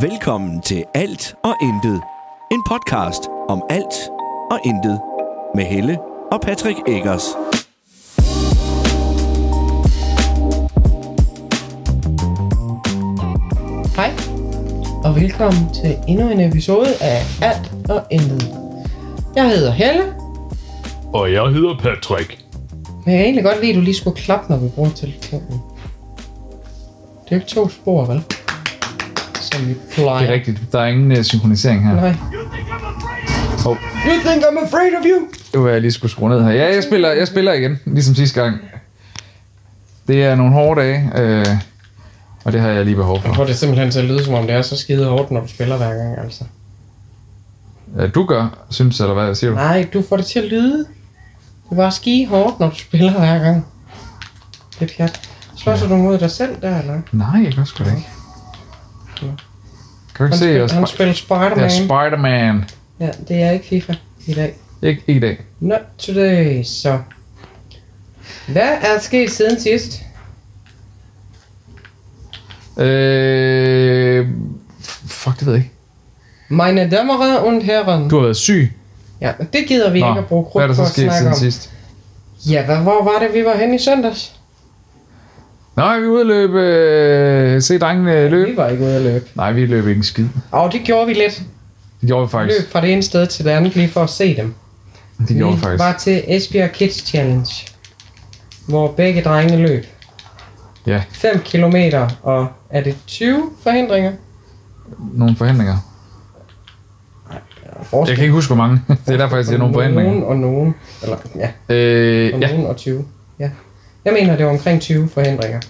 Velkommen til Alt og Intet. En podcast om alt og intet. Med Helle og Patrick Eggers. Hej, og velkommen til endnu en episode af Alt og Intet. Jeg hedder Helle, Og jeg hedder Patrick. men jeg kan egentlig godt lide, at du lige skulle klappe, når vi bruger telefonen. Det er jo ikke to spor, vel? Som vi plejer. Det er rigtigt. Der er ingen uh, synkronisering her. Nej. Hov. You think I'm afraid of you? Det var jeg lige skulle skrue ned her. Ja, jeg spiller, jeg spiller igen, ligesom sidste gang. Det er nogle hårde dage, øh, og det har jeg lige behov Jeg for. får det simpelthen til at lyde, som om det er så skide hårdt, når du spiller hver gang, altså. Ja, du gør, synes eller hvad siger du? Nej, du får det til at lyde. Det var skide hårdt, når du spiller hver gang. Det er pjat. Slås du mod dig selv der, eller? Nej, jeg gør sgu da ikke. Kan du ikke Han, se, jeg spiller, er han spi- spiller jeg er Spider-Man. Spider-Man. Ja, det er ikke FIFA i dag. Ikke, ikke i dag. Not today, så. Hvad er sket siden sidst? Øh, fuck, det ved jeg ikke. Meine damer und herren. Du har været syg. Ja, det gider vi ikke at bruge hvad er krudt der på så at sket snakke siden om. sidst? Ja, hvad, hvor var det, vi var henne i søndags? Nej, vi udløb. Øh, se drengene løbe. Vi var ikke ude at løbe. Nej, vi løb ikke en skid. Og det gjorde vi lidt. Det gjorde vi faktisk. Løb fra det ene sted til det andet lige for at se dem. Det gjorde vi vi faktisk. var til Esbjerg Kids Challenge, hvor begge drengene løb. Ja. 5 kilometer, og er det 20 forhindringer? Nogle forhandlinger. Jeg kan ikke huske, hvor mange. Det er derfor, jeg siger nogle forhandlinger. Nogen og nogen. Eller, ja, Øh, Og ja. nogen og 20. Ja. Jeg mener, det var omkring 20 forhindringer.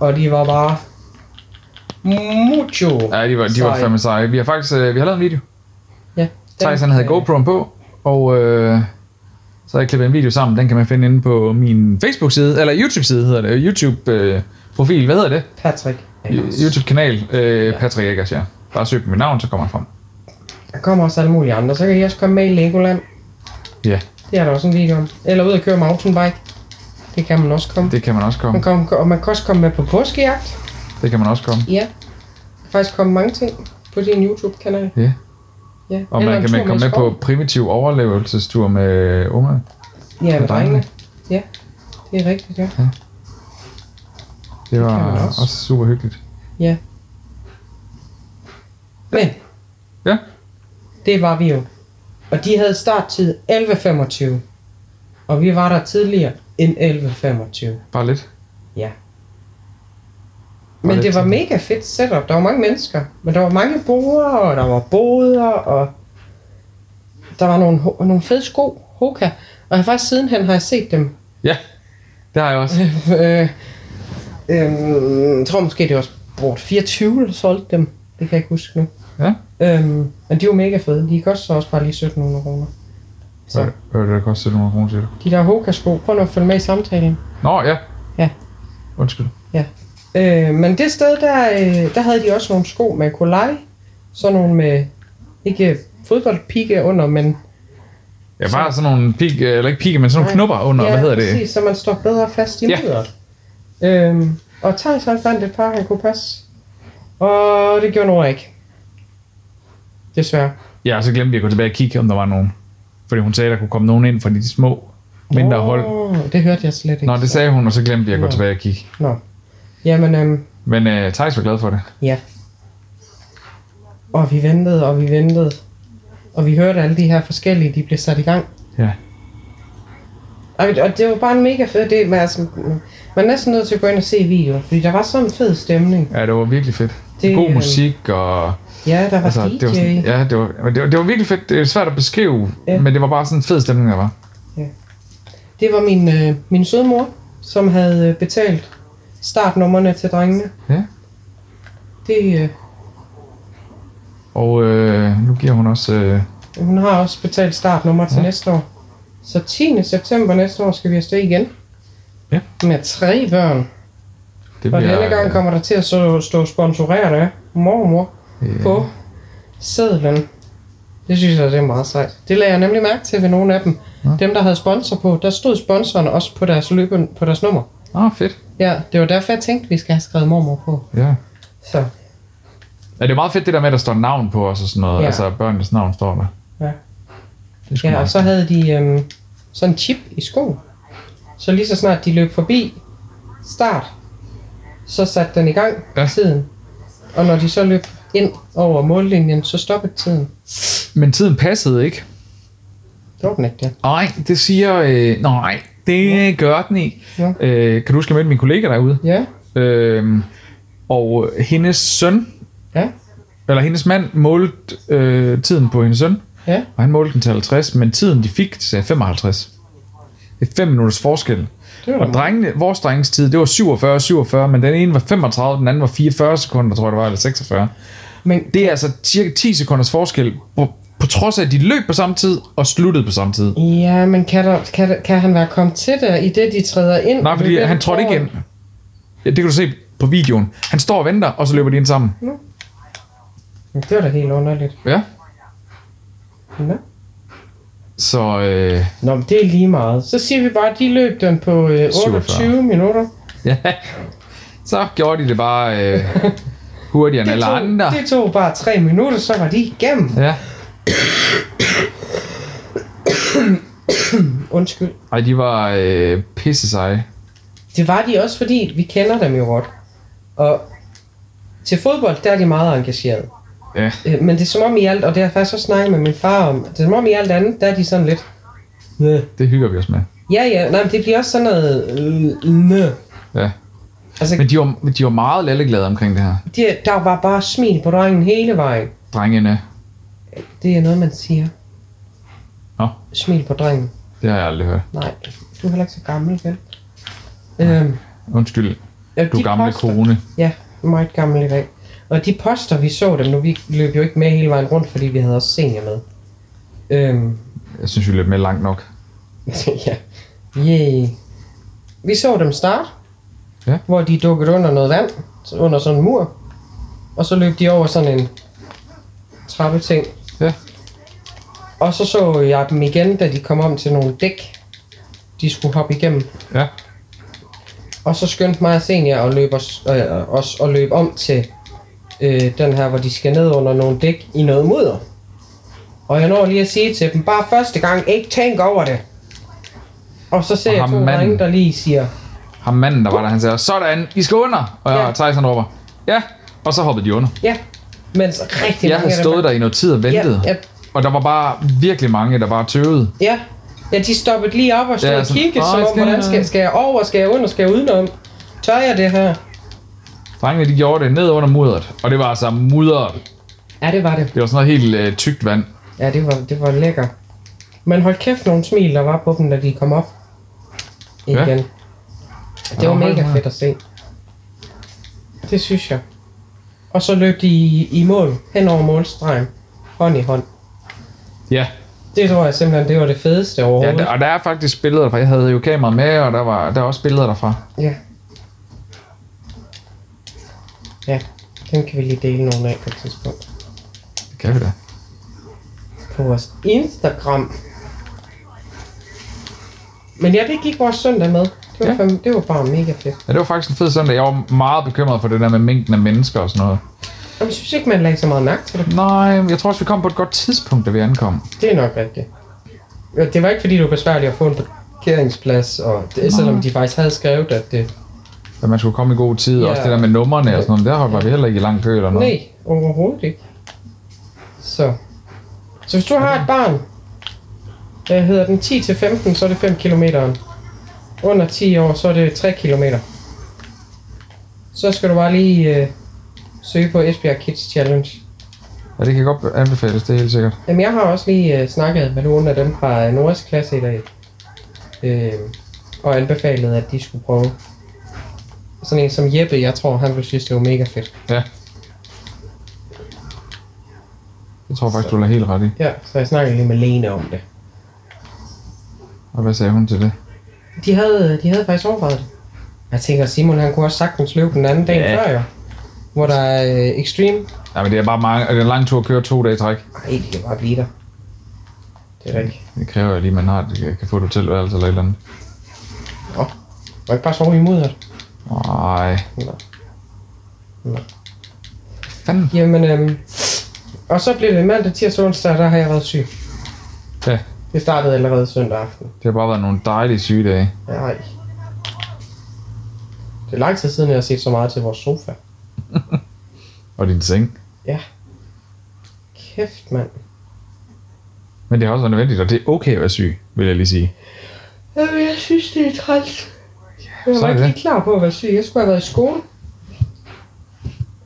Og de var bare... Mucho. ja, de var, de var Sej. fandme seje. Vi har faktisk øh, vi har lavet en video. Ja. Thijs han havde øh, GoPro'en på, og øh, så har jeg klippet en video sammen. Den kan man finde inde på min Facebook-side, eller YouTube-side hedder det. YouTube-profil, hvad hedder det? Patrick. Y- YouTube-kanal, øh, Patrick Eggers, ja. Bare søg på mit navn, så kommer han frem. Der kommer også alle mulige andre. Så kan I også komme med i Legoland. Ja, Det er der også en video om. Eller ud og køre mountainbike. Det kan man også komme. det kan man også komme. Man, kan, og man kan også komme med på påskejagt. Det kan man også komme. Ja. Der kan faktisk komme mange ting på din YouTube-kanal. Ja. Ja. Og Eller man en kan tur man komme i med på skoven. primitiv overlevelsestur med unger. Ja, med med drengene. drengene. Ja, det er rigtigt, ja. Det var kan man også. også super hyggeligt. Ja. Men. Ja. Det var vi jo. Og de havde starttid 11.25. Og vi var der tidligere end 11.25. Bare lidt. Men lidt det var tidligt. mega fedt setup. Der var mange mennesker. Men der var mange borer, og der var boder, og der var nogle, ho- nogle fede sko. Hoka. Og jeg faktisk sidenhen har jeg set dem. Ja, det har jeg også. øh, øh, jeg tror måske, det var Sport 24, der solgte dem. Det kan jeg ikke huske nu. Ja. Øhm, men de var mega fede. De koster også bare lige 1700 kroner. Så Hvad hvad er det, der koster 700 kroner, siger du? de der Hoka-sko, prøv nu at følge med i samtalen. Nå, ja. Ja. Undskyld. Øh, men det sted, der, øh, der havde de også nogle sko med kolaj. Sådan nogle med, ikke fodboldpigge under, men... Ja, bare sådan nogle pig, øh, eller ikke pigge, men sådan nogle Nej. knopper under, hvad hedder det? Præcis, så man står bedre fast i Ja. mudder. Øhm, og Thijs han fandt et par, han kunne passe. Og det gjorde Nora ikke. Desværre. Ja, og så glemte vi at gå tilbage og kigge, om der var nogen. Fordi hun sagde, der kunne komme nogen ind fra de små, mindre Åh, hold. Det hørte jeg slet ikke. Nå, det sagde hun, og så glemte vi at gå Nå. tilbage og kigge. Jamen, øhm, Men øh, Thijs var glad for det. Og vi ventede, og vi ventede. Og vi hørte alle de her forskellige, de blev sat i gang. Ja. Og, og det var bare en mega fed det Man, altså, man er næsten nødt til at gå ind og se videoen, fordi der var sådan en fed stemning. Ja, det var virkelig fedt. Det, Det, God øh, musik, og Ja, der var altså, DJ. det var sådan, ja, det var, det, var, det var virkelig fedt. Det er svært at beskrive, Ja. ja. men det var bare sådan en fed stemning, der var. Det var min, øh, min søde mor, som havde øh, betalt startnummerne til drengene. Ja. Det, øh, Og øh, nu giver hun også... Øh, hun har også betalt startnummer til ja. Ja. næste år. Så 10. september næste år skal vi afsted igen. Ja. Med tre børn. det Og denne gang øh, kommer der til at så- stå sponsoreret af mormor. øh, på sædlen. Det synes jeg, det er meget sejt. Det lagde jeg nemlig mærke til ved nogle af dem. Ja. Dem, der havde sponsor på, der stod sponsoren også på deres, løbe, på deres nummer. Åh, Ah, fedt. Ja, det var derfor, jeg tænkte, vi skal have skrevet mormor på. Ja. Så. Ja, det er meget fedt det der med, at der står navn på os og sådan noget. Ja. Ja. Altså børnenes navn står der. Ja. Det er sgu Ja, meget og så havde de øhm, sådan en chip i skoen. Så lige så snart de løb forbi start, så satte den i gang Ja. ja. tiden. Og når de så løb ind over mållinjen, så stoppede tiden. fedt. Men tiden passede ikke. Gjorde den ikke det? Nej, det siger... Øh, nej, det gør den ikke. Ja. Øh, kan du huske, jeg mødte min kollega derude? Ja, Øh, og hendes søn, ja, eller hendes mand, målte øh, tiden på hendes søn. ja. Og han målte den til 50, men tiden de fik sagde 55. Det er 5 minutters forskel. Det var da Og drengene, vores drengens tid, det var 47 47, men den ene var 35, den anden var 44 sekunder, tror jeg det var, eller 46. Men Det er altså cirka 10 sekunders forskel, på, på trods af, at de løb på samme tid og sluttede på samme tid. Ja, men kan, der, kan, der, kan han være kommet til der, i det de træder ind? Nej, fordi Løber han ind trådte ikke foran? ind. Ja, det kan du se på videoen. Han står og venter, og så løber de ind sammen. Men Det var da helt underligt. Ja. Nå, Så øh, Nå men det er lige meget. Så siger vi bare, at de løb den på øh, 28 minutter. ja. så gjorde de det bare øh, hurtigere end Det alle tog, andre. det tog bare 3 minutter, så var de igennem. Ja. Undskyld. Ej, de var øh, pisse seje. Det var de også, fordi vi kender dem jo godt. Og til fodbold, der er de meget engagerede. Ja. Øh, Men det er som om i alt, og det har jeg faktisk også snakket med min far om, det er som om i alt andet, der er de sådan lidt... Næh. Det hygger vi os med. Ja, ja, nej, men det bliver også sådan noget... øh, Næh. Ja. Altså, Men de var, de var meget lalleglade omkring det her. de, der var bare smil på drengen hele vejen. Drengene. Det er noget, man siger. Nå. Smil på drengen. Det har jeg aldrig hørt. Nej, du er heller ikke så gammel, vel? Øhm, Undskyld, ja, du de gamle poster- kone. Ja, meget gammel i dag. Og de poster, vi så dem nu, vi løb jo ikke med hele vejen rundt, fordi vi havde også senior med. Øhm, Jeg synes, vi løb med langt nok. ja, yeah. Vi så dem starte, Ja. hvor de dukkede under noget vand, så- under sådan en mur. Og så løb de over sådan en trappeting. Ja. Og så så jeg dem igen, da de kom om til nogle dæk, de skulle hoppe igennem. Ja. Og så skyndte mig og senior at løbe, os, øh, os at løbe om til øh, den her, hvor de skal ned under nogle dæk i noget mudder. Og jeg når lige at sige til dem, bare første gang, ikke tænk over det. Og så ser Og jeg ham to manden. drenge, der lige siger, Ham manden, der var der, han sagde, sådan, I skal under. Og jeg Ja. og Thijs, han råber, ja. Og så hoppede de under. ja, mens rigtig Jeg mange havde af dem- stået der i noget tid og ventet. Ja, ja, Og der var bare virkelig mange, der bare tøvede. ja. Ja, de stoppede lige op og stod Ja, ja, og sådan, kiggede, "Åh, som om, skal hvordan jeg- skal, skal jeg over, skal jeg under, skal jeg udenom? Tør jeg det her? Drengene, de gjorde det ned under mudderet. Og det var altså mudderet. Ja, det var det. Det var sådan noget helt øh, tykt vand. Ja, det var, det var lækker. Men hold kæft nogle smil, der var på dem, da de kom op igen. Ja. Ja. Det var Ja, hold mega da. fedt at se. Det synes jeg. Og så løb de i, i mål, hen over målstregen, hånd i hånd. Ja. Det tror jeg simpelthen, det var det fedeste ja overhovedet. der, og der er faktisk billeder derfra. Jeg havde jo kameraet med, og der, var, der er også billeder derfra. ja. ja, den kan vi lige dele nogle af på et tidspunkt. Det kan vi da. På vores Instagram. Men ja, det gik vores søndag med. Det var, Ja. ja. fandme, det var bare mega fedt. Ja, det var faktisk en fed søndag. Jeg var meget bekymret for det der med mængden af mennesker og sådan noget. Jamen, Jeg synes ikke, man lagde så meget mærke til det. Nej, men jeg tror også, vi kom på et godt tidspunkt, da vi ankom. Det er nok rigtigt. Ja, Det var ikke, fordi det var besværligt at få en parkeringsplads, og det, selvom de faktisk havde skrevet, at det... At man skulle komme i god tid, Ja. ja. også det der med nummerne og sådan noget. Der var vi heller ikke i lang kø eller noget. Nej, overhovedet ikke. Så. Så hvis du har et barn, der hedder den 10-15, så er det 5 km. Under 10 år, så er det 3 km. Så skal du bare lige øh, søge på Esbjerg Kids Challenge. Ja, det kan godt anbefales, det er helt sikkert. Jamen, jeg har også lige øh, snakket med nogle af dem fra øh, Noras klasse i dag, øh, og anbefalet, at de skulle prøve. Sådan en som Jeppe, jeg tror, han ville synes, det var mega fedt. Ja. Jeg tror faktisk, du har helt ret i. Ja, så jeg snakkede lige med Lene om det. Og hvad sagde hun til det? De havde, de havde faktisk overvejet det. Jeg tænker, Simon han kunne også sagtens løbe den anden dag Ja. ja. før, jo. Hvor der er øh, Extreme. Nej, men det er bare mange, det er en lang tur at køre to dage i træk. Ej, det kan bare blive der. Det er rigtigt. Det kræver jo lige, at man har, det, kan få et hotelværelse eller et eller andet. Man kan ikke bare sove imod det. Nej. Nå. Nå. fanden? Jamen, øhm, og så blev det mandag, tirsdag og onsdag, og der har jeg været syg. Ja, Det startede allerede søndag aften. det har bare været nogle dejlige syge dage. Nej. Det er lang tid siden, jeg har set så meget til vores sofa. Og din seng. Ja. Kæft, mand. Men det har også været nødvendigt, og det er okay at være syg, vil jeg lige sige. Jamen, jeg synes, det er træls. Jeg sådan var er ikke det. lige klar på at være syg. Jeg skulle have været i skole.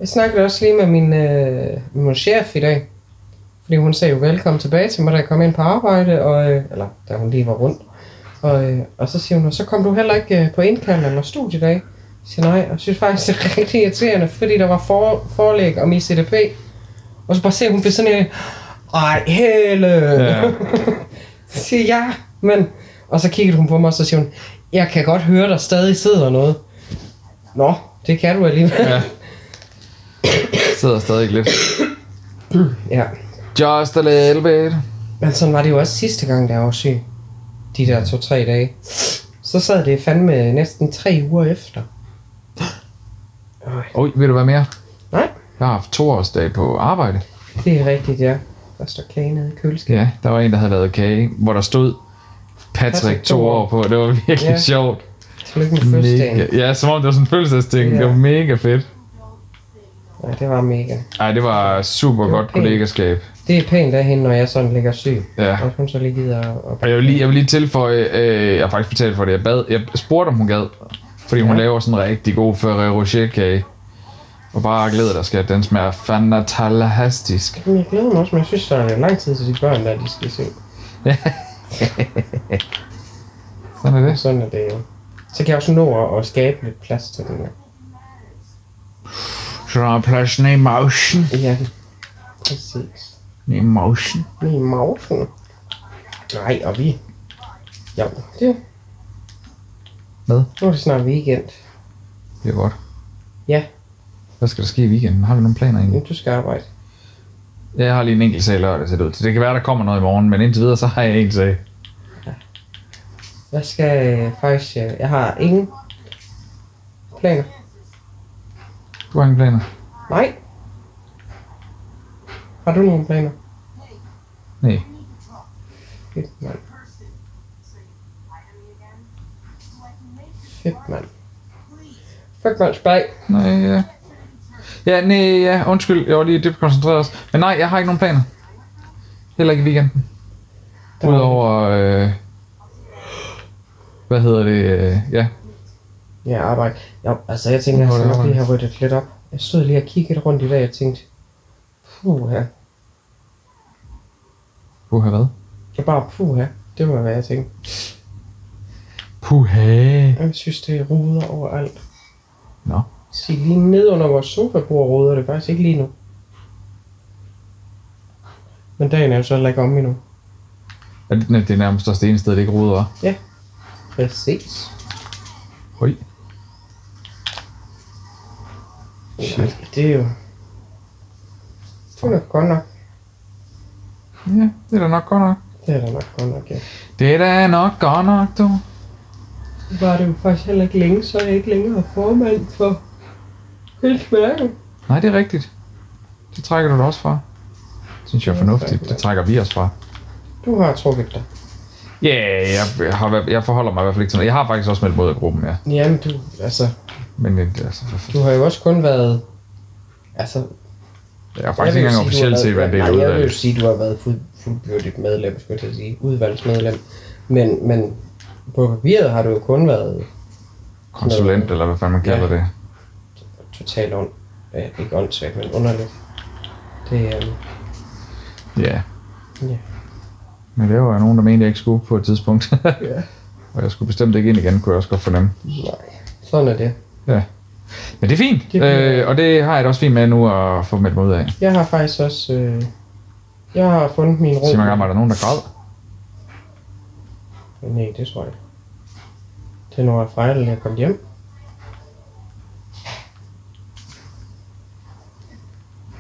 Jeg snakkede også lige med min, øh, med min chef i dag. Fordi hun sagde jo velkommen tilbage til mig, da jeg kom ind på arbejde. Og, øh, eller da hun lige var rundt. Og, øh, og så siger hun, og så kom du heller ikke øh, på indkald eller studiedag. Jeg siger nej, og jeg synes faktisk, det er rigtig irriterende, fordi der var for, forlæg om ICDP. Og så bare se, hun blev sådan en, ej, hele. Ja. Så siger jeg, ja, men... Og så kiggede hun på mig, og så siger hun, jeg kan godt høre, der stadig sidder noget. Nå, det kan du alligevel. Ja. Sidder stadig lidt. ja. Just a little bit. Men sådan var det jo også sidste gang, da jeg var syg. De der to-tre dage. Så sad det fandme næsten tre uger efter. Oj, vil du være mere? Nej, Jeg har haft toårsdag på arbejde. det er rigtigt, ja. Der står kage nede i køleskabet. Ja, der var en, der havde lavet kage, hvor der stod Patrick Patrick to Thor. år på. Det var virkelig Ja. sjovt. Tillykke med fødselsdagen. Mega- Ja, som om det var sådan en fødselsdagsting. Ja. Det var mega fedt. Ja, det var mega. Ej, det var super Det var godt pænt. kollegaskab. Det er pænt af hende, når jeg sådan ligger syg. Ja. Og hun så lige gider at... Og jeg vil lige, jeg vil lige tilføje, øh, jeg har faktisk betalt for det, jeg, bad, jeg spurgte, om hun gad. Fordi hun Ja. laver sådan en rigtig god Ferrero Rocher-kage. Og bare glæder dig, skat. Den smager fandme talastisk. Jamen, Jeg glæder mig også, men jeg synes, der er lang tid til de børn, der de skal se. Sådan er det. Sådan er det jo. Så kan jeg også nå at, at skabe lidt plads til den her. Så der er pladsen i mausen. Ja, præcis. I mausen. Vi er mausen. Nej, og vi... Jo, det... Hvad? Nu er det snart weekend. Det er godt. Ja. Hvad skal der ske i weekenden? Har vi nogle planer egentlig? Nu du skal arbejde. Jeg har lige en enkelt sag lørdag, ser det ud til. Det kan være, der kommer noget i morgen, men indtil videre, så har jeg en sag. Jeg skal øh, faktisk... øh, Jeg har ingen planer. Du har ingen planer? Nej. Har du nogen planer? Nej. Fedt, mand. Fedt, mand. Fuck, mand, spag. Nej, ja. Ja, nej, ja. Undskyld, jeg var lige dybt koncentreret også. Men nej, jeg har ikke nogen planer. Heller ikke i weekenden. Der var- Udover, øh, hvad hedder det, øh, ja. Ja, arbejde. Jo, altså jeg tænker, jeg Nå, det skal er nok lige arbejde. have ryddet lidt op. Jeg stod lige og kiggede rundt i dag, og jeg tænkte, puh her. Puha, hvad? Jeg bare puh her. Det var, hvad jeg tænkte. Puha. Jeg synes, det er ruder overalt. Nå. Se lige ned under vores sofabord ruder det faktisk ikke lige nu. Men dagen er jo så heller ikke om endnu. Ja, det- nej, Det er nærmest også det ene sted, det ikke ruder, var. Præcis. Høj. Shit. Det er jo... Det er nok godt nok. Ja, det er da nok godt nok. Det er da nok godt nok, ja. Det er da nok godt nok, du. Nu var det jo faktisk heller ikke længe, så jeg ikke længere formand for Hilsmærke. Nej, det er rigtigt. Det trækker du da også fra. Det synes jeg er fornuftigt. Det trækker vi også fra. Du har trukket dig. Ja, yeah, jeg, har, jeg forholder mig i hvert fald ikke til noget. Jeg har faktisk også meldt mod af gruppen, ja. Jamen, du, altså, Men det, altså, for- for- du har jo også kun været... Altså, jeg har jeg faktisk vil ikke jo engang sige, du officielt har set, hvad Nej, det er jeg vil jo udvalgt. sige, du har været fuld, fuldbyrdigt medlem, skulle jeg til at sige. Udvalgsmedlem. Men, men på papiret har du jo kun været Konsulent, eller hvad fanden man kalder Ja. det. totalt ond. Øh, ikke åndssvagt, men underligt. Det, øh, Ja. Ja. Men det var jo nogen, der mente, jeg ikke skulle på et tidspunkt. Ja. Og jeg skulle bestemt ikke ind igen, kunne jeg også godt fornemme. nej, sådan er det. Men det er fint, Det er fint. øh, og det har jeg det også fint med nu at få meldt mig ud af. Jeg har faktisk også... Øh, jeg har fundet min ro. Sig mig gammel, er der nogen, der græd? Nej, det tror jeg ikke. Det er når jeg fejler, jeg kom hjem.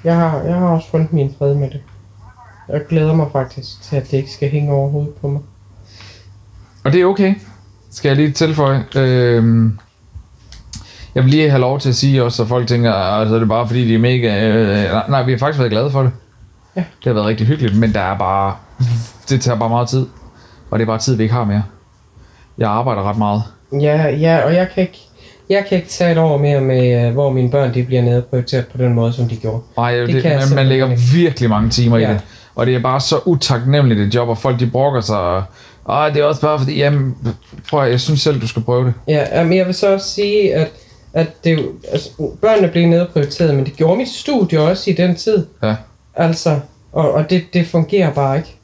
Jeg har, jeg har også fundet min fred med det. Jeg glæder mig faktisk til, at det ikke skal hænge over hovedet på mig. Og det er okay, skal jeg lige tilføje. Øhm, Øh, Jeg vil lige have lov til at sige også, at folk tænker, at så er det bare fordi, de er mega... Øh, nej, nej, vi har faktisk været glade for det. Ja. Det har været rigtig hyggeligt, men der er bare... Det tager bare meget tid. Og det er bare tid, vi ikke har mere. Jeg arbejder ret meget. Ja, ja, og jeg kan ikke, jeg kan ikke tage et år mere med, øh, hvor mine børn de bliver nedprioriteret på den måde, som de gjorde. Nej, det, kan det, jeg man, man simpelthen lægger ikke. virkelig mange timer ja. Ja. i det. Og det er bare så utaknemmeligt et job, og folk de brokker sig. Og, og det er også bare fordi, jamen, prøv at, jeg synes selv, du skal prøve det. Ja, men jeg vil så også sige, at, at det, jo- altså, børnene blev nedprioriteret, men det gjorde mit studie også i den tid. Ja. Altså, og, og det, det fungerer bare ikke.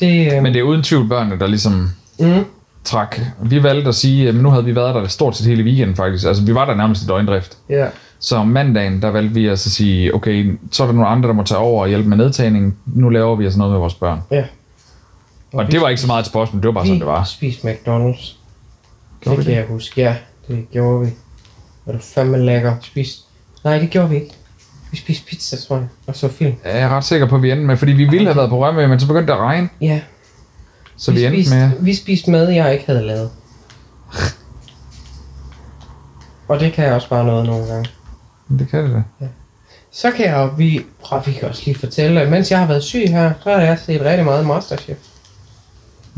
Det, øh, Men det er uden tvivl børnene, der ligesom mm, træk. Vi valgte at sige, at nu havde vi været der stort set hele weekenden faktisk. Altså, vi var der nærmest i døgndrift. ja. Så om mandagen, der valgte vi altså at sige, okay, så er der nogle andre, der må tage over og hjælpe med nedtagningen. Nu laver vi altså noget med vores børn. Ja. Og det var ikke så meget et spørgsmål, det var bare sådan, det Vi var. spiste McDonald's. Gjorde det vi kan jeg huske. Ja, det gjorde vi. Og det var fandme lækker. Spiste. Nej, det gjorde vi ikke. Vi spiste pizza, tror jeg. Og så film. Jeg er ret sikker på, at vi endte med, fordi vi ville have været på Rømø, men så begyndte det at regne, Ja, så vi endte spiste, med... vi spiste mad, jeg ikke havde lavet. Og det kan jeg også bare noget nogle gange. Det kan det da. Så kan jeg jo, vi, prøv, vi kan også lige fortælle, at mens jeg har været syg her, så har jeg set rigtig meget Masterchef.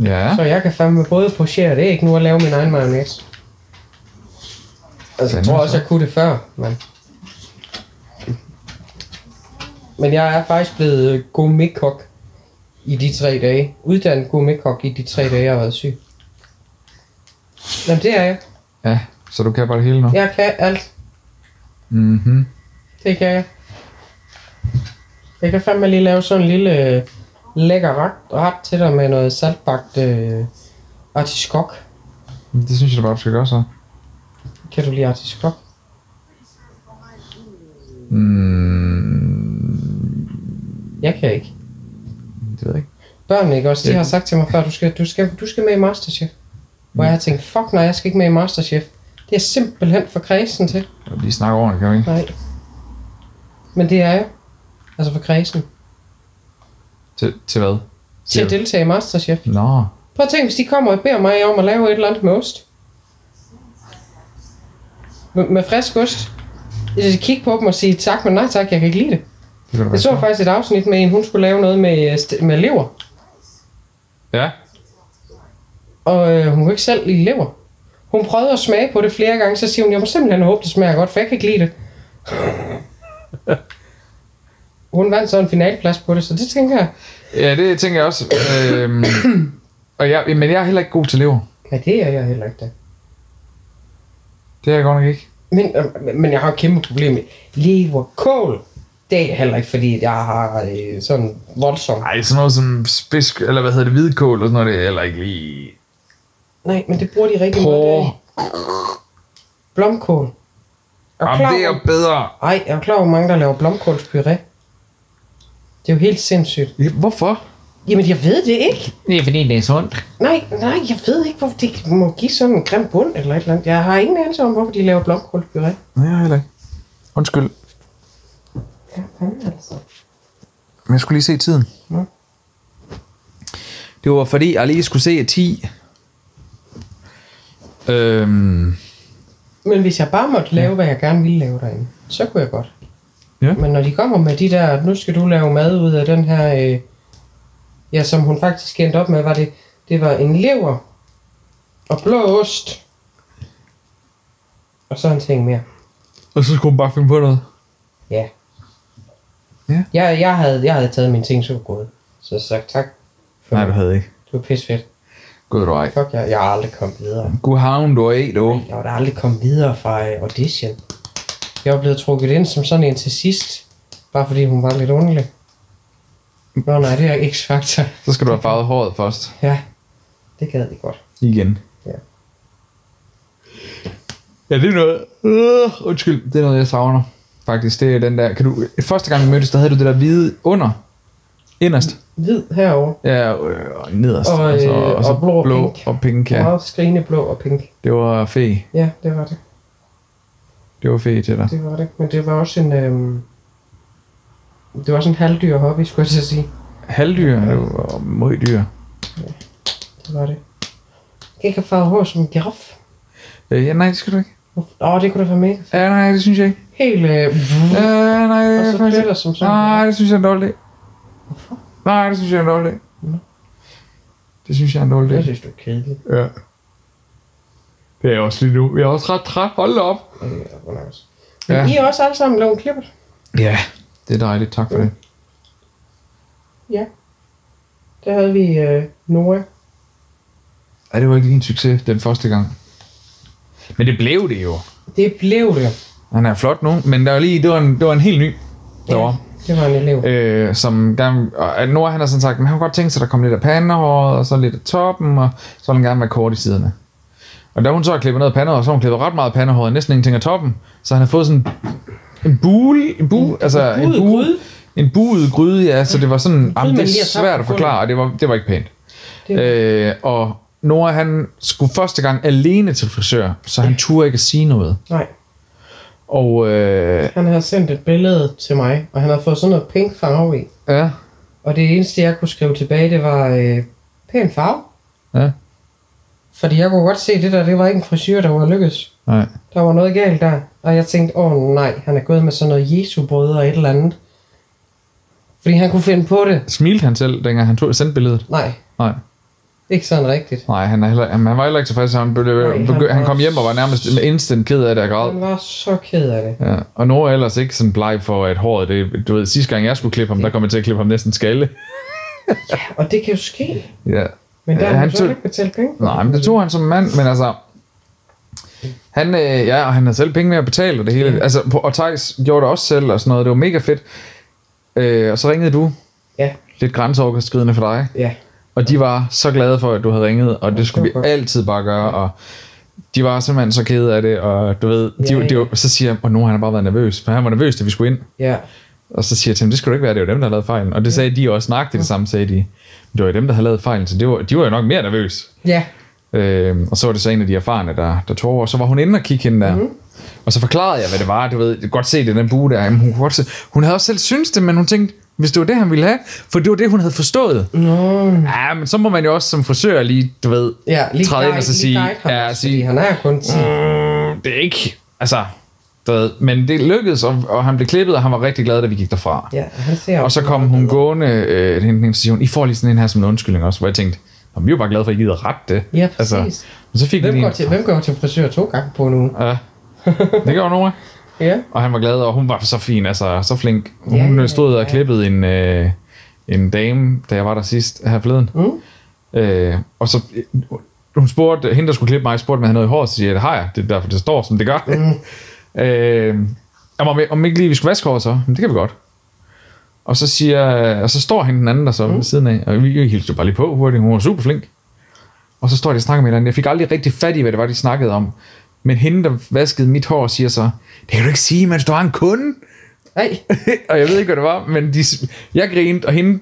Ja, Så jeg kan fandme både pochere det ikke nu og lave min egen mayonnaise. Altså, jeg Fandme tror også, så. jeg kunne det før, men... Men jeg er faktisk blevet øh, gourmetkok i de tre dage. Uddannet gourmetkok i de tre dage, jeg har været syg. Jamen, det er jeg. ja. Så du kan bare det hele nu? Jeg kan alt. Mhm. Det kan jeg. Jeg kan fandme lige lave sådan en lille øh, lækker ret, ret til dig med noget saltbagt øh, artiskok. Det synes jeg da bare, du skal gøre så. Kan du lide artiskok? Mm, Jeg kan ikke. det ved jeg ikke. Børnene, ikke også? De Ja. har sagt til mig før, du skal, du skal, du skal med i Masterchef. Hvor jeg har tænkt, fuck nej, jeg skal ikke med i Masterchef. Det er simpelthen for kredsen til. Jeg vil lige snakke ordentligt, kan vi Nej. ikke? Men det er jeg. Altså for kredsen. Til, til hvad? Til Siger at deltage i Masterchef. du? Nå, Prøv at tænke, hvis de kommer og beder mig om at lave et eller andet med ost. Med, med frisk ost. Jeg skal kigge på dem og sige tak, men nej tak, jeg kan ikke lide det. det kan du Jeg så faktisk et afsnit med en, hun skulle lave noget med, øh, st- med lever. Ja, Og øh, hun kunne ikke selv lide lever. Hun prøvede at smage på det flere gange, så siger hun, jeg må simpelthen håbe, det smager godt, for jeg kan ikke lide det. hun vandt så en finalplads på det, så det tænker jeg, Ja, det tænker jeg også. Øhm, og jeg, men jeg er heller ikke god til lever. ja, det er jeg heller ikke da. Det er jeg godt nok ikke. Men, øh, men jeg har et kæmpe problem med leverkål. Det er heller ikke, fordi jeg har øh, sådan voldsom. Nej, sådan noget som spisk, eller hvad hedder det, hvidkål og sådan noget, det er heller ikke lige... Nej, men det bruger de rigtig meget af. Porre. Blomkål. Er du Jamen, klar det over- er bedre. Ej, jeg er klar over, hvor mange der laver blomkålspuré. Det er jo helt sindssygt. Ja, hvorfor? Jamen, jeg ved det ikke. Det er fordi, det er sundt. Nej, nej, jeg ved ikke, hvorfor det må give sådan en grim bund eller et eller andet. Jeg har ingen anelse om, hvorfor de laver blomkålpuré. Nej, jeg heller ikke. Undskyld, Ja, fanden altså. men jeg skulle lige se tiden. Nå. Det var fordi, jeg lige skulle se at 10. Øhm, Men hvis jeg bare måtte lave, ja. hvad jeg gerne ville lave derinde, så kunne jeg godt. Ja. Men når de kommer med de der, at nu skal du lave mad ud af den her, øh, ja, som hun faktisk endte op med, var det, det var en lever og blå ost. Og så en ting mere. og så skulle man bare finde på noget. Ja. Ja. Jeg, jeg, havde, jeg havde taget mine ting så godt. Så sagt tak. For Nej, du havde ikke. Det var pisse fedt. Gud, du ej. Fuck, jeg, jeg er aldrig kommet videre. Gud, havn, du er et, du. Jeg var da aldrig kommet videre fra øh, audition. Jeg var blevet trukket ind som sådan en til sidst. Bare fordi hun var lidt underlig. Nå nej, det er X-Factor. Så skal du have farvet håret først. Ja, det gad vi godt. Igen. Ja. Ja, det er noget... Øh, undskyld, det er noget, jeg savner. Faktisk, det er den der... Kan du, første gang vi mødtes, der havde du det der hvide under. Inderst. Hvid herover. Ja, øh, nederst. Og, øh, og, så og blå og blå pink. og pink. Ja. Ja. Meget skrigende blå og pink. Det var fe. Ja, det var det. Det var fe til dig. Det var det. Men det var også en... Øhm, det var også en halvdyr hobby, skulle jeg til at sige. Halvdyr det var møgdyr. Det var det. Jeg kan farve hår som en giraf. Øh, ja, nej, det skal du ikke. Åh, oh, det kunne da være mega. Ja, nej, det synes jeg ikke. Helt øh, Ja, nej, Og så faktisk pletter ikke. som sådan. Nej, det synes jeg er en dårlig dag. Nej, det synes jeg er en dårlig dag. Mm. Det synes jeg er en dårlig Jeg dag. synes, du er kedelig. Ja. Det er jeg også lige nu. Jeg er også ret træt. Hold da op. Ja, det er godt nok også. Men Ja. I er også alle sammen lavet klippet. ja. Det er dejligt. Tak for Mm. det. Der havde vi øh, Nora. Ja, det var ikke lige en succes den første gang. Men det blev det jo. Det blev det. Han er flot nu, men der var lige, det var en, det var en helt ny, der var. Det var en elev. øh, som gerne, og at Nora han har sådan sagt, men han kunne godt tænke sig, at der kom lidt af pandehåret, og så lidt af toppen, og så vil han gerne være kort i siderne. Og da hun så har klippet noget pandehår, så har hun klippet ret meget af pandehåret, næsten ingenting af toppen, så han har fået sådan en bule, en bu, altså en buet bue, gryde. en buet gryde, ja, så det var sådan, jamen, man det lige har er tabt svært at på forklare, og det var, det var ikke pænt. Det- Øh, og Nora han skulle første gang alene til frisør, så han turde ikke at sige noget. Nej, Og øh, han havde sendt et billede til mig, og han havde fået sådan noget pink farve i. ja, Og det eneste, jeg kunne skrive tilbage, det var øh, pæn farve. Ja. Fordi jeg kunne godt se, det der, det var ikke en frisyr, der var lykkedes. nej, Der var noget galt der. Og jeg tænkte, åh oh, nej, han er gået med sådan noget jesu brød og et eller andet. Fordi han kunne finde på det. smilte han selv, dengang han tog, sendte billedet? Nej, Nej. ikke sådan rigtigt. Nej, han, er heller, han han var heller ikke tilfreds. Han, blev, Nej, han Nej, begy- han, var- Mm. kom hjem og var nærmest instant ked af det og græd. Han var så ked af det. Ja. Og Nora er ellers ikke sådan bleg for, at håret... Det, du ved, sidste gang jeg skulle klippe ham, der kom jeg til at klippe ham næsten skalle. Og det kan jo ske. ja. Men der Ja, har han han så tog- ikke betalt penge. for Nej, men det tog han som mand, men altså... Han, øh, ja, og han havde selv penge med at betale og det hele. Altså, på, og Thijs gjorde det også selv og sådan noget. Det var mega fedt. Øh, og så ringede du. Ja. Lidt grænseoverskridende for dig. Ja, Og de var så glade for, at du havde ringet, og det skulle det var vi godt. altid bare gøre, og de var simpelthen så kede af det, og du ved, de, Ja, ja. de, var- så siger jeg, og nu han har bare været nervøs, for han var nervøs, da vi skulle ind, ja. og så siger jeg til ham, det skulle du ikke være, det er jo dem, der har lavet fejlen, og det sagde de også, nøjagtigt det samme sagde de, men det var jo dem, der havde lavet fejlen, så det var, de var jo nok mere nervøs. Ja, Øhm, og så var det så en af de erfarne, der, der tog over. Så var hun inde og kigge hende der. Mhm. Mm-hmm. Og så forklarede jeg, hvad det var. Du ved, jeg kan godt se det, er den bue der. Jamen, hun, kunne godt se. hun havde også selv syntes det, men hun tænkte, hvis det var det, han ville have. For det var det, hun havde forstået. Nå. Ja, men så må man jo også som frisør lige, du ved, ja lige træde ind guide- og så lige sige, guide ham ja, også, fordi sige, han er kun 10. "Mm, det er ikke, altså, du ved, men det lykkedes, og, og han blev klippet, og han var rigtig glad, da vi gik derfra. Ja, han ser Og så kom hun gående øh, hen til hende, så siger hun, I får lige sådan en her som en undskyldning også, hvor jeg tænkte, "Nå, men vi er jo bare glade for, at I gider rette det. Altså, Ja, præcis. men så fik vi Hvem lige går, en... til, hvem går til frisør to gange på nu? Ja, det gjorde Nora. Ja. Og han var glad, og hun var så fin, altså så flink. Hun Ja, ja, ja, stod og ja. klippede en, øh, en dame, da jeg var der sidst her forleden. Mm. Øh, og så hun spurgte, hende der skulle klippe mig, spurgte, om jeg havde noget i håret, så siger jeg, det har jeg, det er derfor, det står, som det gør. Mm. øh, om, om, om ikke lige vi skulle vaske håret så, men det kan vi godt. Og så, siger, og så står hende den anden der så mm. ved siden af, og vi vi hilste jo bare lige på hurtigt, hun var super flink. Og så står de og snakker med hinanden. Jeg fik aldrig rigtig fat i, hvad det var, de snakkede om. Men hende, der vaskede mit hår, siger så, det kan du ikke sige, mens du har en kunde. Ej, og jeg ved ikke, hvad det var, men de, jeg grinede, og hende,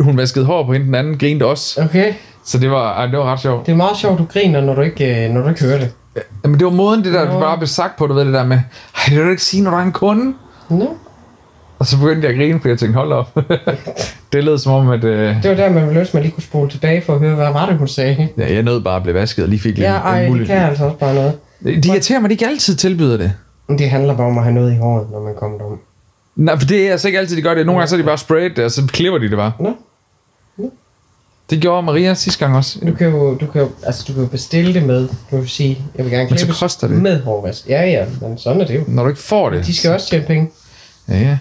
hun vaskede hår på hende, den anden grinede også. okay. Så det var, ej, det var ret sjovt. Det er meget sjovt, du griner, når du ikke, øh, når du ikke hører det. Men det var måden, det der Nå. bare blev sagt på, du ved det der med, ej, det kan du ikke sige, når du har en kunde. Nå. Og så begyndte jeg at grine, fordi jeg tænkte, hold op. det lød som om, at øh, Det var der, man ville ønske, man lige kunne spole tilbage for at høre, hvad var det, hun sagde. ja, jeg nåede bare at blive vasket, og lige fik lidt Ja, ej, det muligt. kan altså også bare noget. De irriterer mig, at de ikke altid tilbyder det. Men det handler bare om at have noget i håret, når man kommer derom. Nej, for det er altså ikke altid, de gør det. Nogle gange så er de bare sprayet det, og så klipper de det bare. Nå. Det gjorde Maria sidste gang også. Du kan jo, du kan jo, altså, du kan jo bestille det med, du vil sige, jeg vil gerne Men så klippes koster det. med hårvask. Ja, ja, men sådan er det jo. Når du ikke får det. De skal også tjene penge. Ja, ja.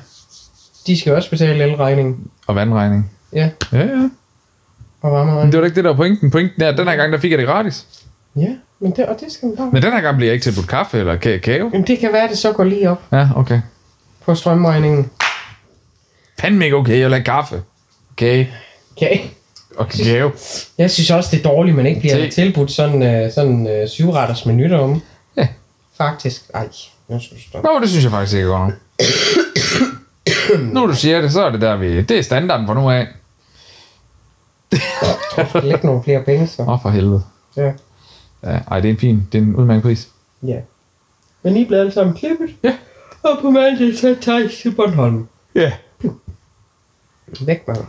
De skal også betale elregningen. Og vandregning. Ja, Ja, ja. og Men varmeregningen. det var da ikke det, der var pointen. Pointen er, at den her gang, der fik jeg det gratis. Ja, men det, og det skal man bare. Men den her gang bliver jeg ikke tilbudt kaffe eller ka- kage. Jamen, det kan være, at det så går lige op Ja, okay. på strømregningen. Fandme ikke okay, jeg vil have kaffe. Kage Okay. og kakao. Jeg synes også, det er dårligt, man ikke bliver Det- tilbudt sådan øh, sådan øh, syvretters menu deromme. Ja. Faktisk. Ej, nu skal du stoppe. Nå, det synes jeg faktisk ikke er godt nok. Nu du siger det, så er det der, vi... Det er standarden for nu af. Læg nogle flere penge, så. Åh, oh, for helvede. Ja. Ja, ej, det er en fin, det er en udmærket pris. ja. Men I blev alle sammen klippet. Ja. Og på mandag, så tager I til Bornholm. Ja. Yeah. Væk med ham.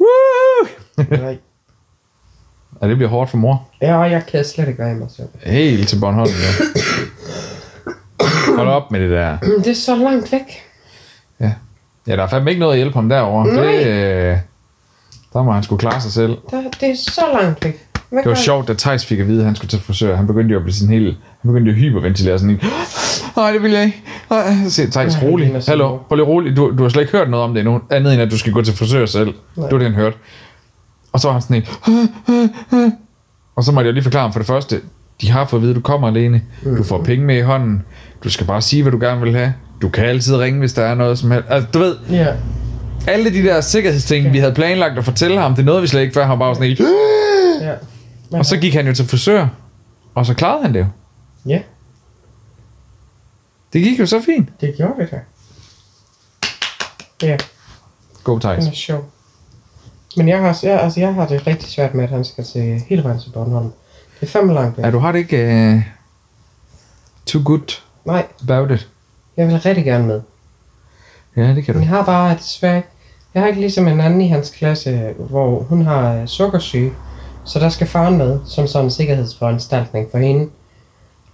Woo! Nej. Ja, det bliver hårdt for mor. Ja, og jeg kan slet ikke være i mig selv. Helt til Bornholm, ja. Hold op med det der. Men det er så langt væk. Ja, der er fandme ikke noget at hjælpe ham derovre. Nej. Det, øh, der må han skulle klare sig selv. Der, det er så langt væk. Hvad Det var sjovt, da Thijs fik at vide, at han skulle til frisør. Han begyndte jo at blive sådan helt... Han begyndte jo at hyperventilere sådan helt... Nej, det vil jeg ikke. øh, Nej, se, Thijs, han ligner rolig. sådan Hallo, noget. prøv lige rolig. Du, du har slet ikke hørt noget om det endnu, andet end at du skal gå til frisør selv. Nej. Det var det, han hørte. Og så var han sådan helt... Og så måtte jeg lige forklare ham for det første. De har fået at vide, at du kommer alene. Du Mm. får penge med i hånden. Du skal bare sige, hvad du gerne vil have. Du kan altid ringe, hvis der er noget som helst. Altså, du ved, Ja. alle de der sikkerhedsting, vi havde planlagt at fortælle ham, det nåede vi slet ikke, før han var bare sådan helt... Ja. Og så gik han jo til frisør, og så klarede han det jo. ja, Det gik jo så fint. det gjorde vi da. Ja, Go Thijs. den er sjov. Men jeg har, jeg, altså, jeg har det rigtig svært med, at han skal til hele vejen til Bornholm. Det er fandme langt væk. Ja, du har det ikke uh, too good Nej, about it. jeg vil rigtig gerne med. Ja, det kan du. Men jeg har bare desværre ikke- Jeg har ikke ligesom en anden i hans klasse, hvor hun har øh, sukkersyge. Så der skal faren med, som sådan en sikkerhedsforanstaltning for hende.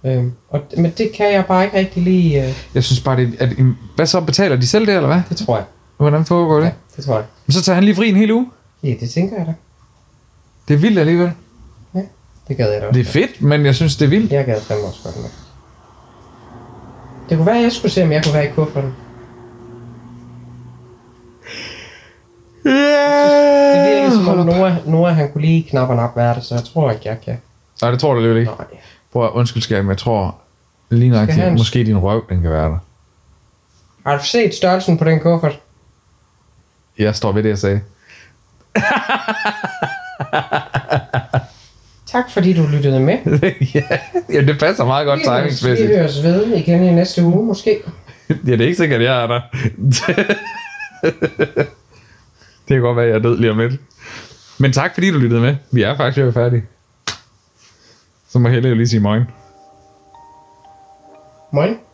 Øhm, og, men det kan jeg bare ikke rigtig lige... Øh, Jeg synes bare, det er, at, hvad så betaler de selv det, eller hvad? det tror jeg. Hvordan foregår det? Det tror jeg. Men så tager han lige fri en hel uge. Ja, det tænker jeg da. Det er vildt alligevel. Det gad jeg da. Det også. er fedt, men jeg synes, det er vildt. Jeg gad fandme også godt med. Det kunne være, at jeg skulle se, om jeg kunne være i kufferten. Det virker som om Noah, Noah han kunne lige knap og nap være det, så jeg tror ikke, jeg kan. Nej, det tror du alligevel ikke. Nej. Prøv at undskyld, skat, men jeg tror lige nok, Skal han- måske din røv, den kan være der. Har du set størrelsen på den kuffert? Jeg står ved det, jeg sagde. Tak fordi du lyttede med. ja, jamen, det passer meget godt Vi timingsmæssigt. høres ved igen i næste uge, måske. Ja, det er ikke sikkert, at jeg er der. det kan godt være, at jeg er død lige om lidt. Men tak, fordi du lyttede med. Vi er faktisk ved at være færdige. Så må Helle jo lige sige morgen. Moin.